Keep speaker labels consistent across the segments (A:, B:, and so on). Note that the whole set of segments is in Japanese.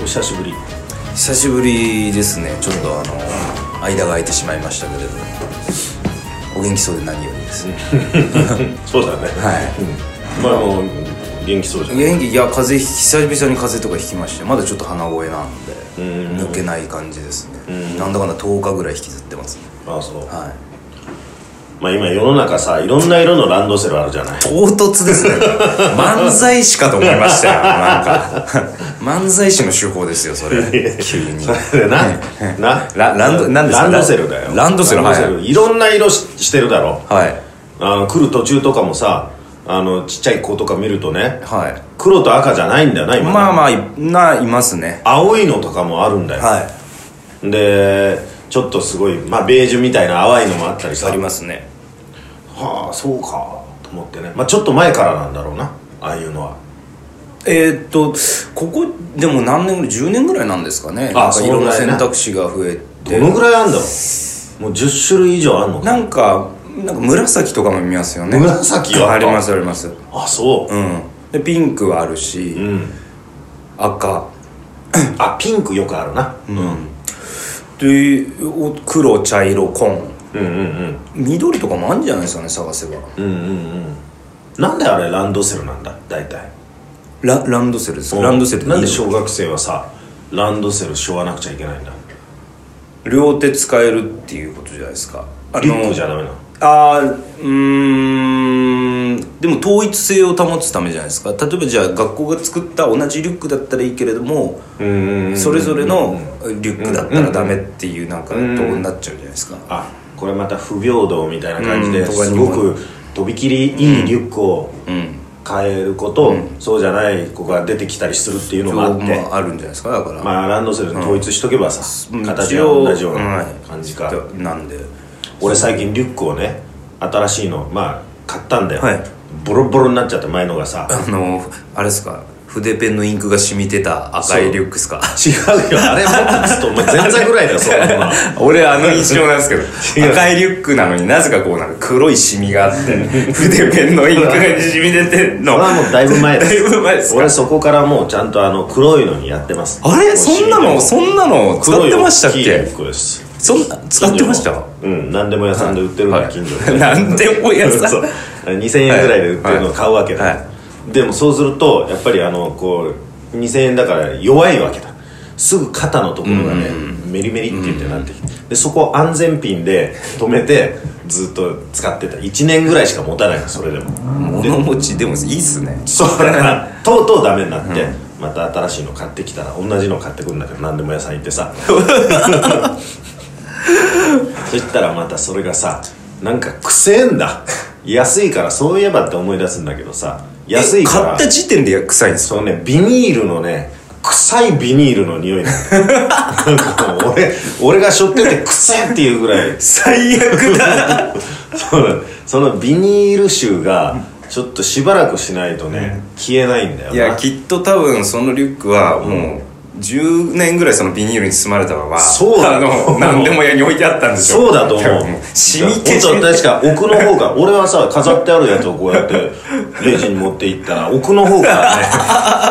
A: お久しぶり
B: 久しぶりですねちょっとあの間が空いてしまいましたけれどもお元気そうで何よりです
A: そうだね
B: はい
A: まあもう元気そうじゃん
B: 元気いや風邪ひ久々に風邪とかひきましてまだちょっと鼻声なので
A: うん
B: 抜けない感じですねなんだかんだ10日ぐらい引きずってますね
A: まあそう
B: はい
A: まあ今世の中さいろんな色のランドセルあるじゃない
B: 唐突ですね漫才師かと思いましたよなん か漫才師の手法ですよそれ 急に
A: それで なな
B: ラランドなんですか
A: ランドセルだよ
B: ランドセルはい
A: いろんな色ししてるだろ
B: はい
A: あの来る途中とかもさあのちっちゃい子とか見るとね
B: はい
A: 黒と赤じゃないんだよな今
B: まあまあいないますね
A: 青いのとかもあるんだよ、
B: はい
A: でちょっとすごい、まあ、ベージュみたいな淡いのもあったりさ
B: ありますね
A: はあそうかと思ってね、まあ、ちょっと前からなんだろうなああいうのは
B: えーっとここでも何年ぐらい10年ぐらいなんですかね
A: あ
B: なんかいろんな
A: そんぐらいね
B: 選択肢が増え
A: ど
B: て
A: のぐらいあんだろうもう10種類以上あんの
B: なんかなんか紫とかも見ますよね
A: 紫は
B: ありますあります
A: あそう、
B: うんでピンクはあるし、
A: うん
B: 赤
A: あピンクよくあるな、
B: でお黒茶色紺
A: うん、うんうん
B: 緑とかもあるんじゃないですかね探せば
A: うんうんうんなんであれランドセルなんだ大体
B: ラランドセルですランドセル
A: なんで
B: いいの
A: 小学生はさランドセルしょわなくちゃいけないんだ
B: 両手使えるっていうことじゃないですかあ
A: リュックじゃダメなの
B: あーうーんでも統一性を保つためじゃないですか例えばじゃあ学校が作った同じリュックだったらいいけれども
A: うんうんうん
B: それぞれのリュックだったらダメっていうなんかどうになっちゃうじゃないですか
A: あこれまた不平等みたいな感じ
B: う
A: で
B: んとか
A: す
B: にも
A: ごくとびきりいいリュックを変えることそうじゃない子が出てきたりするっていうのもあ
B: 今
A: っ
B: 日
A: て
B: もあるんじゃないですかだから、
A: まあランドセルに統一しとけばさ
B: うん
A: 形
B: 一
A: は
B: 応
A: 同じよう
B: は
A: ない感じか
B: なんで
A: 俺最近リュックをね新しいのまあ買ったんだよ
B: はい
A: ボロボロになっちゃった前のがさ
B: あのあれですか筆ペンのインクが染みてた赤いリュックですか
A: 違うよあれ持ってつとお前前座ぐらいだよそんなの
B: 俺あの印象なんですけ
A: 違
B: ど
A: う
B: 赤いリュックなのになぜかこうなんか黒いシミがあって筆ペンのインクが染み出てんの
A: それはもうだいぶ前で
B: だい
A: す
B: ぶ前ですか
A: 俺そこからもうちゃんとあの黒いのにやってます
B: あれそんな
A: も
B: の
A: う
B: そんなの使ってましたっ
A: 黒い大きい
B: け
A: 服です
B: そんな使ってました
A: うん何でも屋さんで売ってるん
B: は
A: だ
B: い
A: 近所
B: なんでも屋さん
A: そう2000円ぐらいで売ってるのを買うわけだ、
B: はいは
A: でもそうするとやっぱりあのこう2000円だから弱いわけだすぐ肩のところがね、メリメリって言ってなってきて、でそこを安全ピンで止めてずっと使ってた1年ぐらいしか持たないのそれでもで
B: 物持ちでもいいっすね
A: そうだからとうとうダメになって、また新しいの買ってきたら同じの買ってくるんだけど何でも屋さん行って さそしたらまたそれがさなんかくせえんだ安いからそういえばって思い出すんだけどさ安いから
B: 買った時点で臭いんですか
A: そのねビニールのね臭いビニールの匂いなんだよな んかもう俺俺がしょってて臭いっていうぐらい
B: 最悪だ
A: そうなのそのビニール臭がちょっとしばらくしないとね、消えないんだよ
B: い
A: な
B: やきっと多分そのリュックはもう10年ぐらいそのビニールに包まれたまま
A: そうだ
B: あの何でも屋に置いてあったんでしょ
A: そうだと思
B: 多分も
A: う
B: 染みて
A: 本当確か奥の方が俺はさ飾ってあるやつをこうやってレジに持っていったら奥の方からね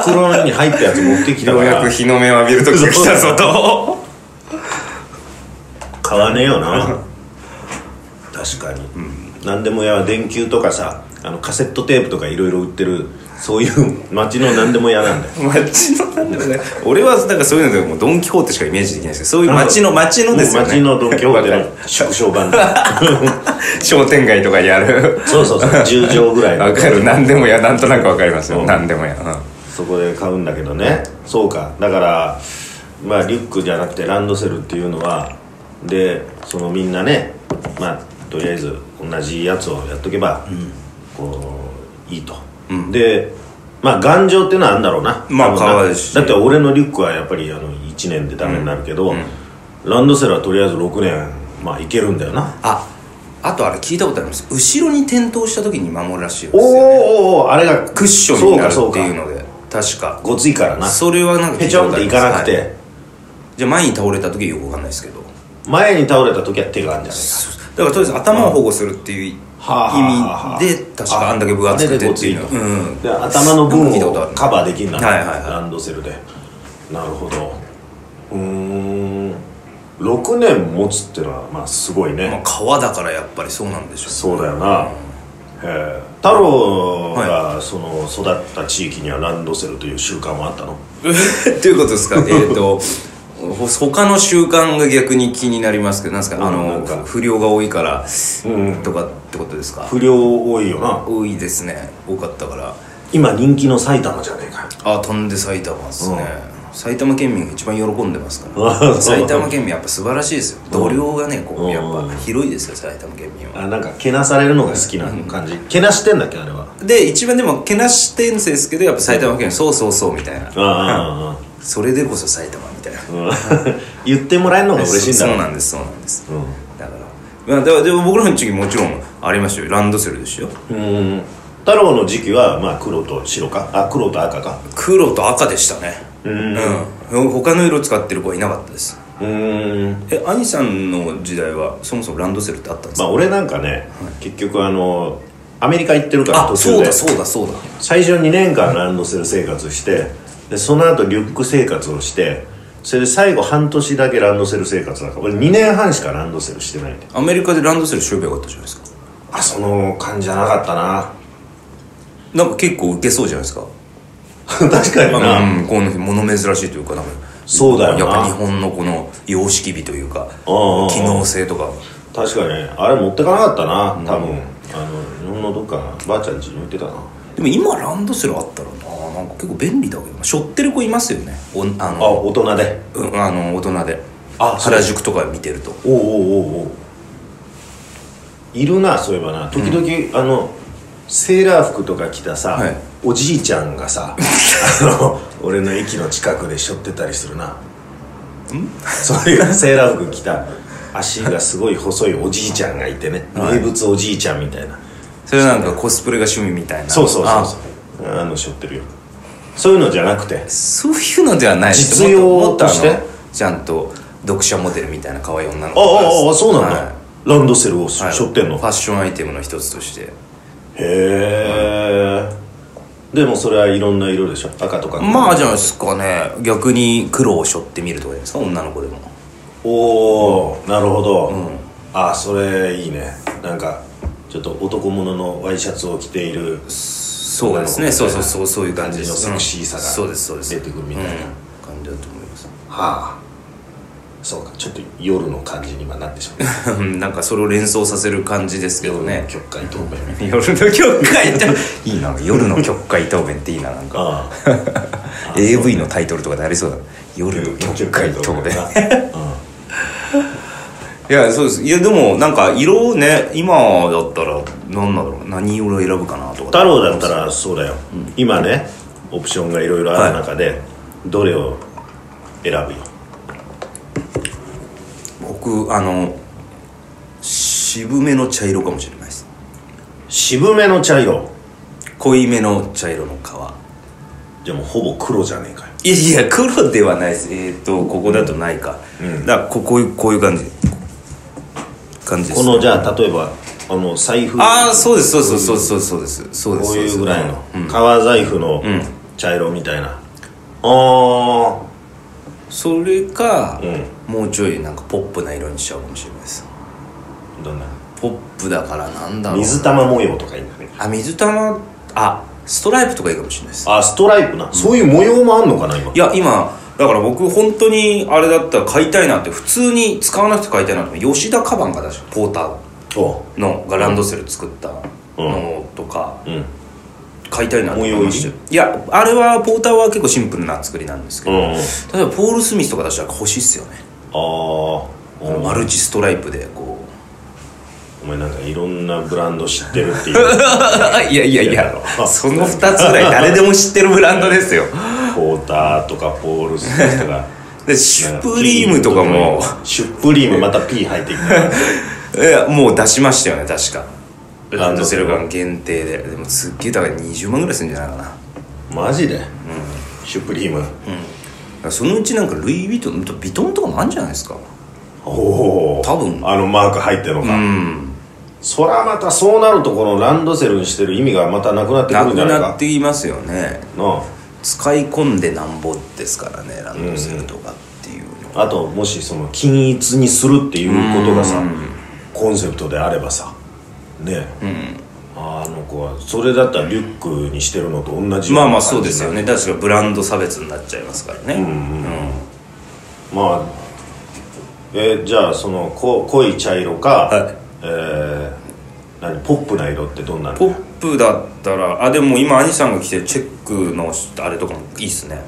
A: 袋のに入ったやつ持ってきた
B: よ
A: か
B: うや く
A: ら
B: 日の目を浴びる時が来たぞと
A: 買わねえよな確かに、何でも屋は電球とかさあのカセットテープとかいろいろ売ってるそういう街の何でも屋なんだよ
B: 街のなんでもね俺はなんかそういうのでもうドン・キホーテしかイメージできないですけどそういう街の街のですよね
A: 街のドン・キホーテ
B: わか
A: の縮小版だ
B: る商店街とかにある
A: そうそうそう10畳ぐらいの
B: わかる何でもやなんとなくわかりますよ何でもや、う
A: そこで買うんだけどねそうかだからまあリュックじゃなくてランドセルっていうのはでそのみんなねまあとりあえず同じやつをやっとけば、こういいと、でまあ頑丈っていうのはあるんだろうな
B: まあ
A: 多分な
B: 変わるし
A: だって俺のリュックはやっぱりあの1年でダメになるけど、ランドセルはとりあえず6年まあいけるんだよな
B: ああとあれ聞いたことあります後ろに転倒した時に守るらしいです
A: おー
B: よね
A: おーおーあれが
B: クッションになる
A: そう
B: っ
A: か
B: て
A: そうか
B: いうので確か
A: ごついからな
B: それはなんか
A: ぺちょんっていかなくて、
B: はいじゃあ前に倒れた時はよくわかんないですけど
A: 前に倒れた時は手があるんじゃないか
B: だからとりあえず頭を保護するっていう意
A: はあはあはあ
B: 味で確かあんだけ分厚くてっていうの
A: あれでこうつい
B: うん
A: で頭の分
B: 聞いたことあ
A: を
B: る
A: カバーできるんだ、
B: はいはいはい
A: ランドセルでなるほどうーん6年持つってのはまあすごいね、
B: まあ、川だからやっぱりそうなんでしょう
A: そうだよな、えー太郎がその育った地域にはランドセルという習慣はあったの
B: っていうことですかえっとほ他の習慣が逆に気になりますけどなんですか
A: な
B: あの
A: んか
B: 不良が多いから
A: うん
B: とかってことですか
A: 不良多いよな
B: 多いですね多かったから
A: 今人気の埼玉じゃねえかよ
B: あ飛んで埼玉ですね、埼玉県民が一番喜んでますか
A: あそ
B: ら
A: う
B: 埼玉県民やっぱ素晴らしいですよ同僚がねこ
A: うん
B: うやっぱ広いですよ埼玉県民は
A: あなんかけなされるのが好きな感じけなしてんだっけあれは
B: で一番でもけなしてんですけどやっぱ埼玉県そうそうそうみたいな
A: ああ
B: それでこそ埼玉みたいな
A: うん 言ってもらえるのが嬉しいんだ
B: そう
A: う
B: なんですそうなんです
A: ん
B: だからまあだからでも僕らの時もちろんありましたよランドセルですよ
A: うん太郎の時期はまあ黒と白かあ黒と赤か
B: 黒と赤でしたね
A: う
B: うんん他の色使ってる子はいなかったです
A: うん
B: え兄さんの時代はそもそもランドセルってあったんです
A: ま
B: か、
A: あ俺なんかね結局あのアメリカ行ってるから
B: あ
A: 途
B: そ
A: 中
B: う
A: で
B: だそうだそうだ
A: 最初2年間ランドセル生活してでその後リュック生活をしてそれで最後半年だけランドセル生活だから俺2年半しかランドセルしてないんだよ
B: アメリカでランドセルしようばよかったじゃないですか
A: あその感じじゃなかったな
B: なんか結構ウケそうじゃないですか
A: 確かにな、
B: うん、こういうの物珍しいというかなんか
A: そうだよな
B: やっぱ日本のこの様式美というか
A: うんうん
B: 機能性とか
A: 確かにあれ持ってかなかったな多分、あの日本のどっかばあちゃん家に置いてたな
B: でも今ランドセルあったらななんか結構便利だけどな背負ってる子いますよねおあ
A: あ
B: の
A: 大人で
B: うんあの大人で
A: あそう
B: 原宿とか見てると
A: おうおうおうおういるなそういえばな時々、あのセーラー服とか着たさ、
B: はい
A: おじいちゃんがさあの俺の駅の近くでしょってたりするなそういうセーラー服着た足がすごい細いおじいちゃんがいてね、
B: はい
A: 名物おじいちゃんみたいな
B: それなんかコスプレが趣味みたいな
A: そうそうそう
B: あ
A: そうあの背負ってるよそういうのじゃなくて
B: そういうのではないです
A: 実用
B: もっと
A: と
B: もっ
A: して
B: あのちゃんと読者モデルみたいな可愛い女の
A: あ
B: 子
A: あああそうなんだ、
B: はい
A: ランドセルをし
B: はい
A: 背負ってんの、
B: ファッションアイテムの一つとして
A: へえ、でもそれはいろんな色でしょ赤とか
B: まあじゃないですかね逆に黒を背負ってみるとかじゃないですか女の子でも
A: おお、なるほど、あそれいいねなんかちょっと男物のワイシャツを着ている
B: そうですねそうそうそうそういう感じです
A: 感じのセクシーさが
B: うんそうですそうです
A: 出てくるみたいな
B: うん感じだと思います
A: はあそうかちょっと夜の感じに今なってしまう
B: うん なんかそれを連想させる感じですけどね
A: 曲解答弁
B: 夜の曲解答いいな夜の曲解答弁っていいななん か
A: あ
B: AV のタイトルとかでありそうだな夜の曲解答弁 いやそうですいやでもなんか色をね今だったら何なんだろう何色を選ぶかなとか
A: 太郎だったらそうだよ、今ねオプションがいろいろある中で、どれを選ぶよ
B: 僕あの渋めの茶色かもしれないです
A: 渋めの茶色
B: 濃いめの茶色の皮
A: じゃあもうほぼ黒じゃねえかよ
B: いやいや黒ではないですえっ、とここだとないか、
A: うん
B: だからここういうこういう感じ感じです
A: このじゃあ例えばあの財布
B: ああそうですそうですそうですそうですそうです
A: こ
B: そううで
A: い
B: す
A: うぐらいの
B: うん
A: 革財布の
B: ん
A: 茶色みたいな、あ
B: それか
A: あ、うん
B: もうちょいなんかポップな色にしちゃうかもしれないです
A: どんな
B: ポップだからなんだろう
A: 水玉模様とかいいんだね
B: あ水玉あストライプとかいいかもしれないです
A: あストライプな、そういう模様もあんのかな今
B: いや今だから僕本当にあれだったら買いたいなって普通に使わなくて買いたいなって吉田カバンが出したポータ
A: おう
B: ーのがランドセル作った
A: うん
B: のとか
A: うん
B: 買いたいなって思いましたよ
A: 模
B: いやあれはポーターは結構シンプルな作りなんですけ
A: う
B: ど、
A: んうん
B: 例えばポール・スミスとか出したら欲しいっすよね、
A: ああ
B: このマルチストライプでこう
A: お前なんかいろんなブランド知ってるっていう
B: いやいやいや その2つぐらい誰でも知ってるブランドですよ
A: ポーターとかポールスとか
B: でシュプリームとかも
A: シュプリームまた P 入ってきた
B: えもう出しましたよね確かラ
A: ラ
B: ン
A: ン
B: ド
A: ドセ
B: セル
A: ル
B: ガン限定ででもすっげえだから20万ぐらいするんじゃないかなだか
A: マジで、シュプリーム、
B: らそのうちなんかルイ・ヴィトンとヴィトンとかもあるんじゃないですか
A: おお
B: 多分
A: あのマーク入ってるのか、
B: うん
A: そらまたそうなるとこのランドセルにしてる意味がまたなくなってく
B: な
A: る
B: く
A: んじゃない
B: なっ
A: か
B: ていますよね
A: なあ
B: 使い込んでなんぼですからねランドセルとかっていうのは、
A: あともしその均一にするっていうことがさ
B: うん
A: コンセプトであればさねあの子はそれだったらリュックにしてるのと同じ
B: まあまあそうですよね確かにブランド差別になっちゃいますからね、
A: んまあえじゃあそのこ濃い茶色か、
B: はい
A: えー何ポップな色ってどんなの
B: ポップだったらあでも今兄さんが着てるチェックのあれとかもいいっすね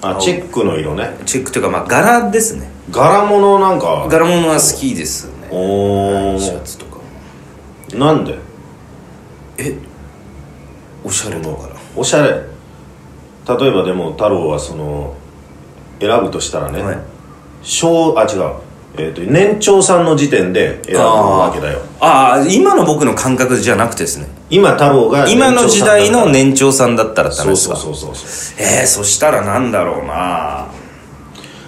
A: あチェックの色ね
B: チェックというかまあ柄ですね
A: 柄物なんか
B: 柄物は好きですね
A: おお
B: シャツとかも
A: なんで
B: えおしゃれだから
A: おしゃれ例えばでも太郎はその選ぶとしたらね、
B: はい
A: 小あ違う、えー、と年長さんの時点で選ぶわけだよ
B: あーあー今の僕の感覚じゃなくてですね
A: 今太郎が
B: 今の時代の
A: 年
B: 年長さんだったらって
A: 長さんだからそう
B: 話
A: そ
B: か
A: うそうそうそう
B: えー、そしたらなんだろうな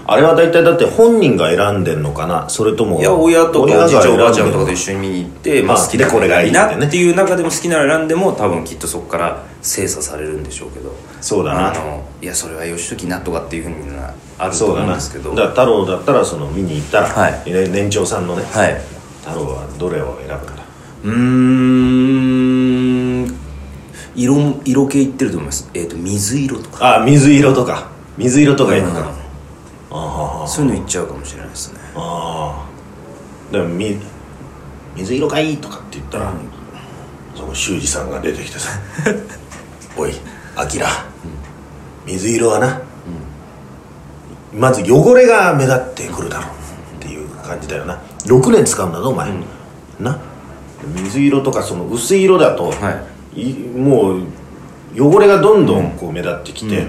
A: あれは大体だって本人が選んでんのかなそれとも
B: いや親とかおじいちゃんおばあちゃんとかと
A: で
B: 一緒に見に行って、
A: まあ
B: まあ、好きな
A: でこれがいいってね
B: なっていう中でも好きなら選んでも多分きっとそこから精査されるんでしょうけど
A: そうだ
B: あ
A: な
B: のいやそれは義時なとかっていうふうになあると
A: そう
B: 思
A: だ
B: うん
A: な
B: ですけど
A: だから太郎だったらその見に行ったら、
B: はい
A: ね年長さんのね、
B: はい
A: 太郎はどれを選ぶんだ
B: うーん色も色系いってると思いますえっ、と水色とか
A: あ水色とか水色とかいくか
B: うん
A: らあー
B: そういうのいっちゃうかもしれないですね
A: ああでもみ水色がいいとかって言ったら、その修二さんが出てきてさ「おいあきら水色はな、まず汚れが目立ってくるだろう」っていう感じだよな6年使うんだぞお前、な水色とかその薄い色だと、、
B: はい
A: もう汚れがどんどんこう目立ってきて、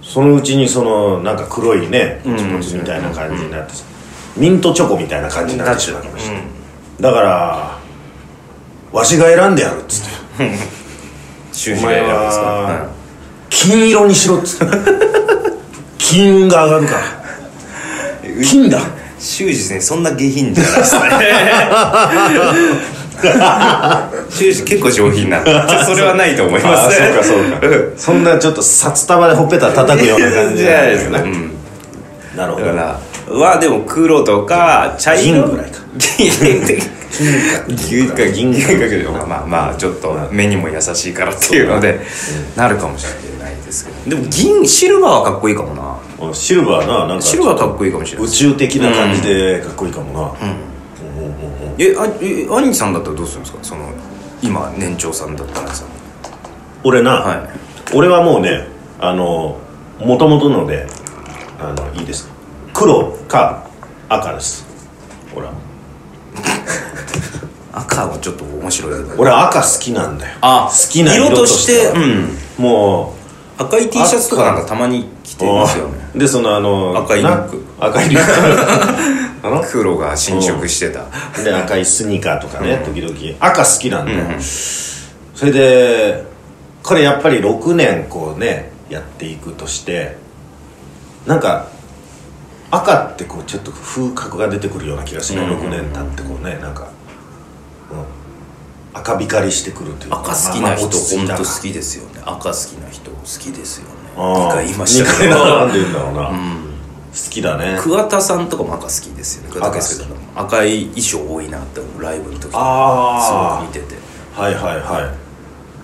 A: そのうちにそのなんか黒いね
B: うん
A: ポツポツみたいな感じになってさミントチョコみたいな感じになってしまいました、だからわしが選んでやるっつって
B: 習
A: お
B: 字が
A: 前
B: 選ぶんですか、
A: は
B: は
A: 金色にしろっ つって金運が上がるから金 だ
B: い、習字ねそんな下品じゃないですね習字結構上品なんでそれはないと思いますね
A: かそんなちょっと札束でほっぺた叩くような感じ
B: じゃないですか、
A: ね
B: うん
A: なるほ
B: だ
A: ど
B: からはでも黒とか茶色
A: 銀ぐらいか
B: 銀銀か銀
A: 銀
B: か
A: か
B: 銀か銀かまあまあちょっと目にも優しいからっていうのでなるかもしれないですけどでも銀シルバーはかっこいいかもな
A: シルバーななんか
B: シルバーかっこいいかもしれな
A: 宇
B: い
A: 宙的な感じでかっこいいかもなうんうんうんうん
B: えあえ兄さんだったらどうするんですかその今年長さんだったらさ
A: 俺な、
B: はい
A: 俺はもうねあの元々のであのいいです黒か赤ですほら
B: 赤はちょっと面白い
A: 俺赤好きなんだよ
B: あ
A: 好きな色
B: 色と
A: と
B: し
A: してて
B: うん
A: も
B: 赤い T シャツとかなんかたまに着
A: う
B: てますよね
A: でそのあの
B: 赤いリュック
A: な赤いリュッ
B: 黒が侵食してた
A: クで赤いスニーカーとかね、時々赤好きなんだよ、それでこれやっぱり6年こうねやっていくとしてなんか赤ってこうちょっと風格が出てくるような気がしない、
B: うんうんう
A: 6
B: ん
A: 年経ってこうねなんか、うん、赤光りしてくるというか
B: 赤好きな人
A: 落ち着
B: 本
A: いた
B: 当好きですよね赤好きな人好きですよね
A: ああ
B: 二回言いましたけ
A: 二回 な
B: ど
A: んて言うんだろうな、好きだね
B: 桑田さんとかも赤好きですよね桑田佳祐さんとかも赤い衣装多いなって思うライブの時
A: ああ
B: すごく見てて
A: はいはいはい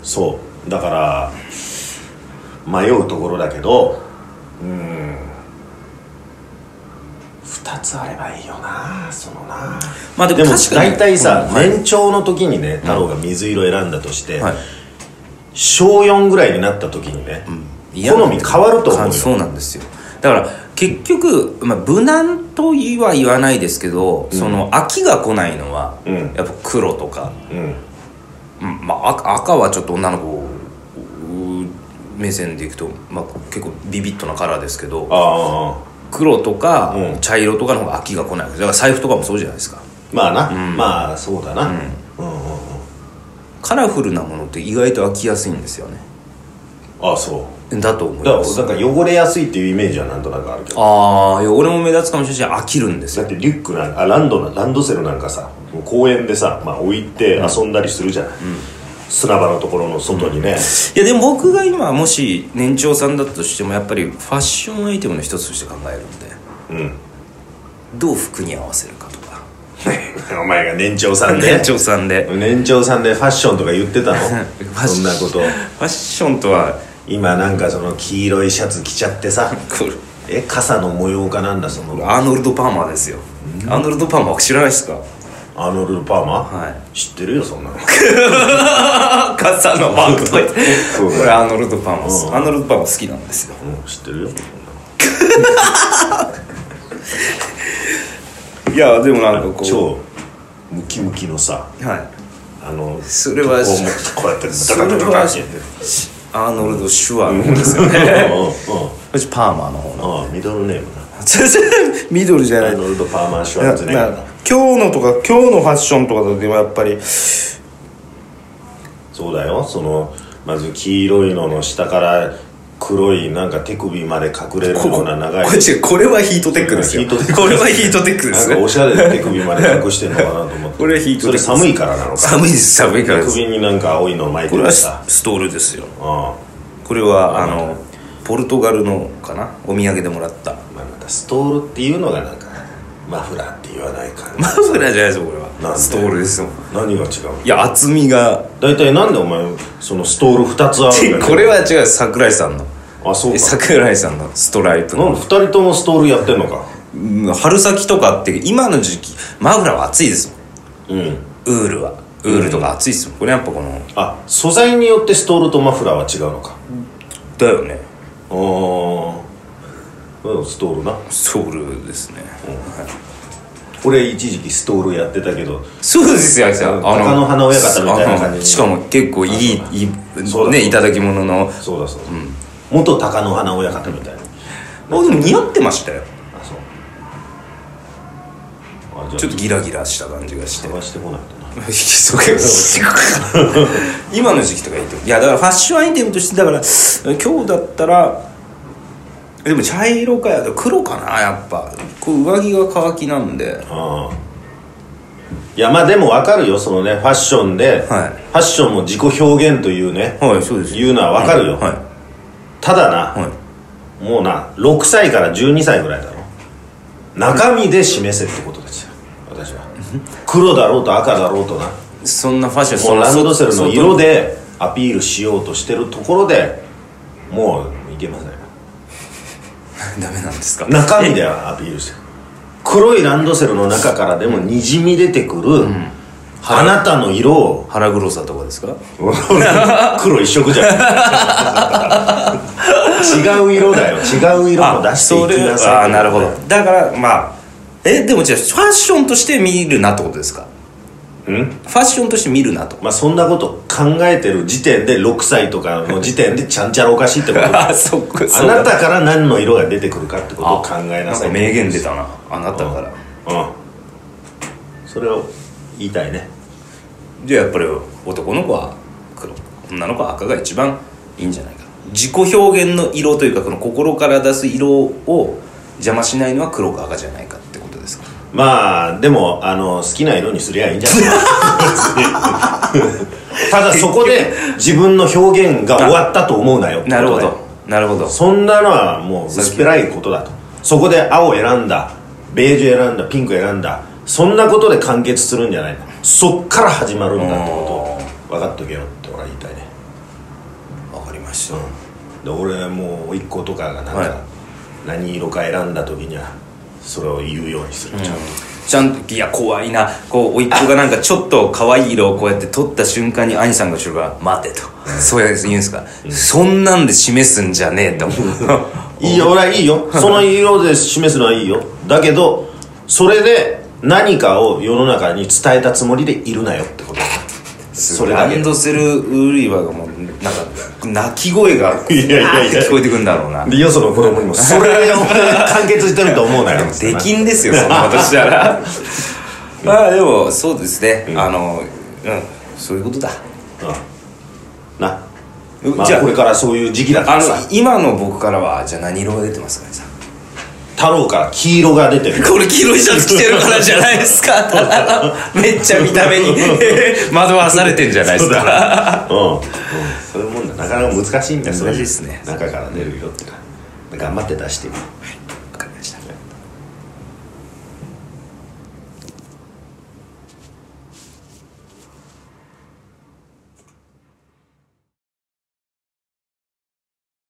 A: そうだから迷うところだけどうん2つあればいいよなそのな
B: まあで
A: で
B: も
A: も
B: 確かに
A: 大体さ、
B: うんはい
A: 年長の時にね太郎が水色選んだとして、
B: はい
A: 小4ぐらいになった時にね、
B: 嫌な
A: 好み変わると思うよ
B: そうなんですよだから結局、まあ、無難とは言わないですけど、その飽きが来ないのは、
A: うん
B: やっぱ黒とか、
A: うん
B: うんまあ、赤赤はちょっと女の子う目線でいくと、まあ、結構ビビッとなカラーですけど
A: ああ
B: 黒とか
A: うん
B: 茶色とかの方が飽きが来ないだから財布とかもそうじゃないですか
A: まあな、まあそうだな、うんうんうん
B: カラフルなものって意外と飽きやすいんですよね
A: ああそう
B: だと思
A: だ
B: い
A: か
B: ま
A: ら
B: す
A: なんか汚れやすいっていうイメージはなんとなくあるけど
B: ああ俺も目立つかもしれないし飽きるんです
A: だっ
B: よ
A: てリュックなんかあランドなランドセルなんかさもう公園でさ、まあ、置いて遊んだりするじゃない、砂場のところの外にね、
B: いやでも僕が今もし年長さんだとしてもやっぱりファッションアイテムの一つとして考えるんで
A: うん
B: どう服に合わせるかとか
A: お前が年長さんで
B: 年長さんで
A: 年長さんでファッションとか言ってたの
B: ファッ
A: そんなこと
B: ファッションとは
A: 今なんかその黄色いシャツ着ちゃってさ
B: これ
A: え傘の模様かなんだその
B: アーノルド・パーマーですよアーノルド・パーマー知らないですか
A: アーノルド・パーマ、
B: はい
A: 知ってるよそんなの
B: 傘のマークとか言って
A: そうだね
B: これアーノルド・パーマーです
A: うん
B: アーノルド・パーマー好きなんですよ
A: うん知ってるよ
B: いやでもなんかこう
A: 超ムキムキのさ
B: はい
A: あの
B: それは
A: こうもこうやって
B: それは
A: ダダダダダってやって
B: アーノルド・シュワーですよね
A: う
B: 私パーマーの方の
A: んうんうんミドルネームな
B: 緑じゃ
A: ア
B: ない
A: ーノルド・パーマー・シュ
B: な
A: ワルツェネッガ
B: な
A: ー
B: 今日のとか今日のファッションとかだとやっぱり
A: そうだよそのまず黄色いのの下から黒いなんか手首まで隠れるような長い
B: これ違うこれはヒートテックですよ
A: ヒートテック
B: これはヒートテックで
A: なん
B: す
A: か
B: ね
A: おしゃれで手首まで隠してんのかなと思って
B: これヒートテックです
A: それ寒いからなのか
B: 寒いです寒いからです
A: 首になんか青いの巻い
B: こ
A: て
B: れは
A: る
B: ス
A: さ
B: ストールですよ
A: うんま
B: これはあのポルトガルのかなお土産でもらった
A: あまたストールっていうのがなんかマフラーって言わないから
B: マフラーじゃないですよこれ
A: なん
B: は
A: で
B: ストールですよ
A: 何が違うの
B: いや厚みが
A: 大体なんでお前そのストール2つあるんだ
B: これは違う桜井さんの
A: あそうか
B: 桜井さんのストライプの
A: なん2人ともストールやってんのか
B: うん春先とかって今の時期マフラーは暑いですもん
A: うん
B: ウールはウールとか暑いですもんこれやっぱこの
A: あ素材によってストールとマフラーは違うのか
B: だよね
A: ああうんストールな
B: ストールですね、はい
A: 俺一時期ストールやってたけど
B: そうですよ、あきさん。
A: 鷹の花親方みたいな感じ
B: あのしかも結構いい、いい
A: そう、だ
B: ね、いただき物の。
A: そうだそうだ、元鷹の花親方みたいな、
B: あ、でも似合ってましたよ。
A: あそうあじゃあ
B: ちょっとギラギラした感じがして。
A: 探してこないとな
B: そうか今の時期とかいいと。いや、だからファッションアイテムとして、だから、今日だったら、でも茶色かや、黒かな、やっぱ。こう上着が乾きなんで。
A: ああいやまあでも分かるよそのねファッションで、フ
B: はい
A: ァッションも自己表現というね
B: はい、そうです
A: 言うのは分かるよ、
B: はい。
A: ただな、
B: はい。
A: もうな6歳から12歳ぐらいだろ中身で示せってことですよ私は黒だろうと赤だろうとな
B: そんなファッション、
A: も
B: そん
A: う
B: な
A: ランドセルの色
B: で。
A: でアピールしようとしてるところでもういけません
B: ダメなんですか
A: 中身ではアピールしてる黒いランドセルの中からでもにじみ出てくる、あなたの色を
B: 腹黒さとかですか
A: 黒一色じゃん 違う色だよ違う色も出していきなさい
B: ああなるほどだからまあえでもじゃあファッションとして見るなってことですか
A: うん
B: ファッションとして見るなと
A: まあそんなこと考えてる時点で6歳とかの時点でちゃんちゃらおかしいってことあ
B: そっか
A: なたから何の色が出てくるかってことを考えなさい
B: んか名言出たなあなたから
A: うんそれを言いたいね
B: じゃあやっぱり男の子は黒女の子は赤が一番いいんじゃないか自己表現の色というかこの心から出す色を邪魔しないのは黒か赤じゃないかってことですか
A: まあでもあの好きな色にすりゃいいんじゃ ない ただそこで自分の表現が終わったと思うなよってことだ
B: なる
A: よ
B: ほどなるほど
A: そんなのはもう薄っぺらいことだとそこで青選んだベージュ選んだピンク選んだそんなことで完結するんじゃないそっから始まるんだってことを分かっとけよって俺は言いたいね
B: わかりました、
A: で俺もう甥っ子とかがなんか、
B: はい
A: 何色か選んだ時にはそれを言うようにするちゃんと、
B: ちゃんといや怖いなこう甥っ子がなんかちょっと可愛い色をこうやって撮った瞬間に兄さんが後ろから「待て」と そうやって言うんですか、そんなんで示すんじゃねえと
A: いいよ俺はいいよその色で示すのはいいよだけどそれで何かを世の中に伝えたつもりでいるなよってことそれだ
B: ラ
A: け
B: ンドセルウリバーがもうなんか泣き声 が
A: いやいやいや
B: わーって聞こえてくるんだろうな
A: でよその子供にもそれが完結してると思うなよ
B: できんですよ そんなことした らまあでもそうですね、あのうんそういうことだ
A: うんな、
B: う
A: まあ、
B: じゃあ
A: これからそういう時期だか
B: あ
A: ら
B: の
A: さ
B: 今の僕からはじゃあ何色が出てますかねさん
A: 太郎から黄色が出 てる
B: これ黄色いシャツ着てるからじゃないですか ただのめっちゃ見た目に 惑わされてんじゃないですか
A: うん、うん、そういうもんだなかなか難しいんだよ
B: 難しいっすね
A: そういう中から出るよってか頑張って出してみる